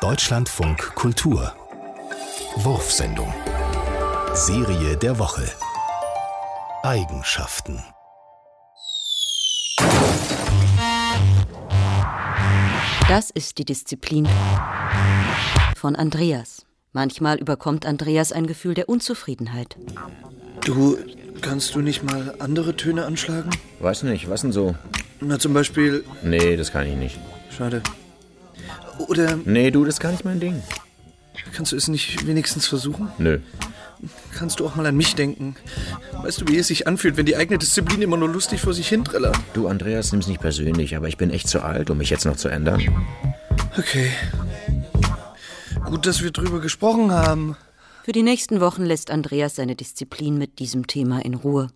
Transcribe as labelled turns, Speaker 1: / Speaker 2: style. Speaker 1: Deutschlandfunk Kultur. Wurfsendung. Serie der Woche. Eigenschaften.
Speaker 2: Das ist die Disziplin von Andreas. Manchmal überkommt Andreas ein Gefühl der Unzufriedenheit.
Speaker 3: Du, kannst du nicht mal andere Töne anschlagen?
Speaker 4: Weiß nicht, was denn so?
Speaker 3: Na, zum Beispiel.
Speaker 4: Nee, das kann ich nicht.
Speaker 3: Schade. Oder
Speaker 4: Nee, du, das ist gar nicht mein Ding.
Speaker 3: kannst du es nicht wenigstens versuchen?
Speaker 4: Nö.
Speaker 3: Kannst du auch mal an mich denken? Weißt du, wie es sich anfühlt, wenn die eigene Disziplin immer nur lustig vor sich hinträllert?
Speaker 4: Du, Andreas, nimm's nicht persönlich, aber ich bin echt zu alt, um mich jetzt noch zu ändern.
Speaker 3: Okay. Gut, dass wir drüber gesprochen haben.
Speaker 2: Für die nächsten Wochen lässt Andreas seine Disziplin mit diesem Thema in Ruhe.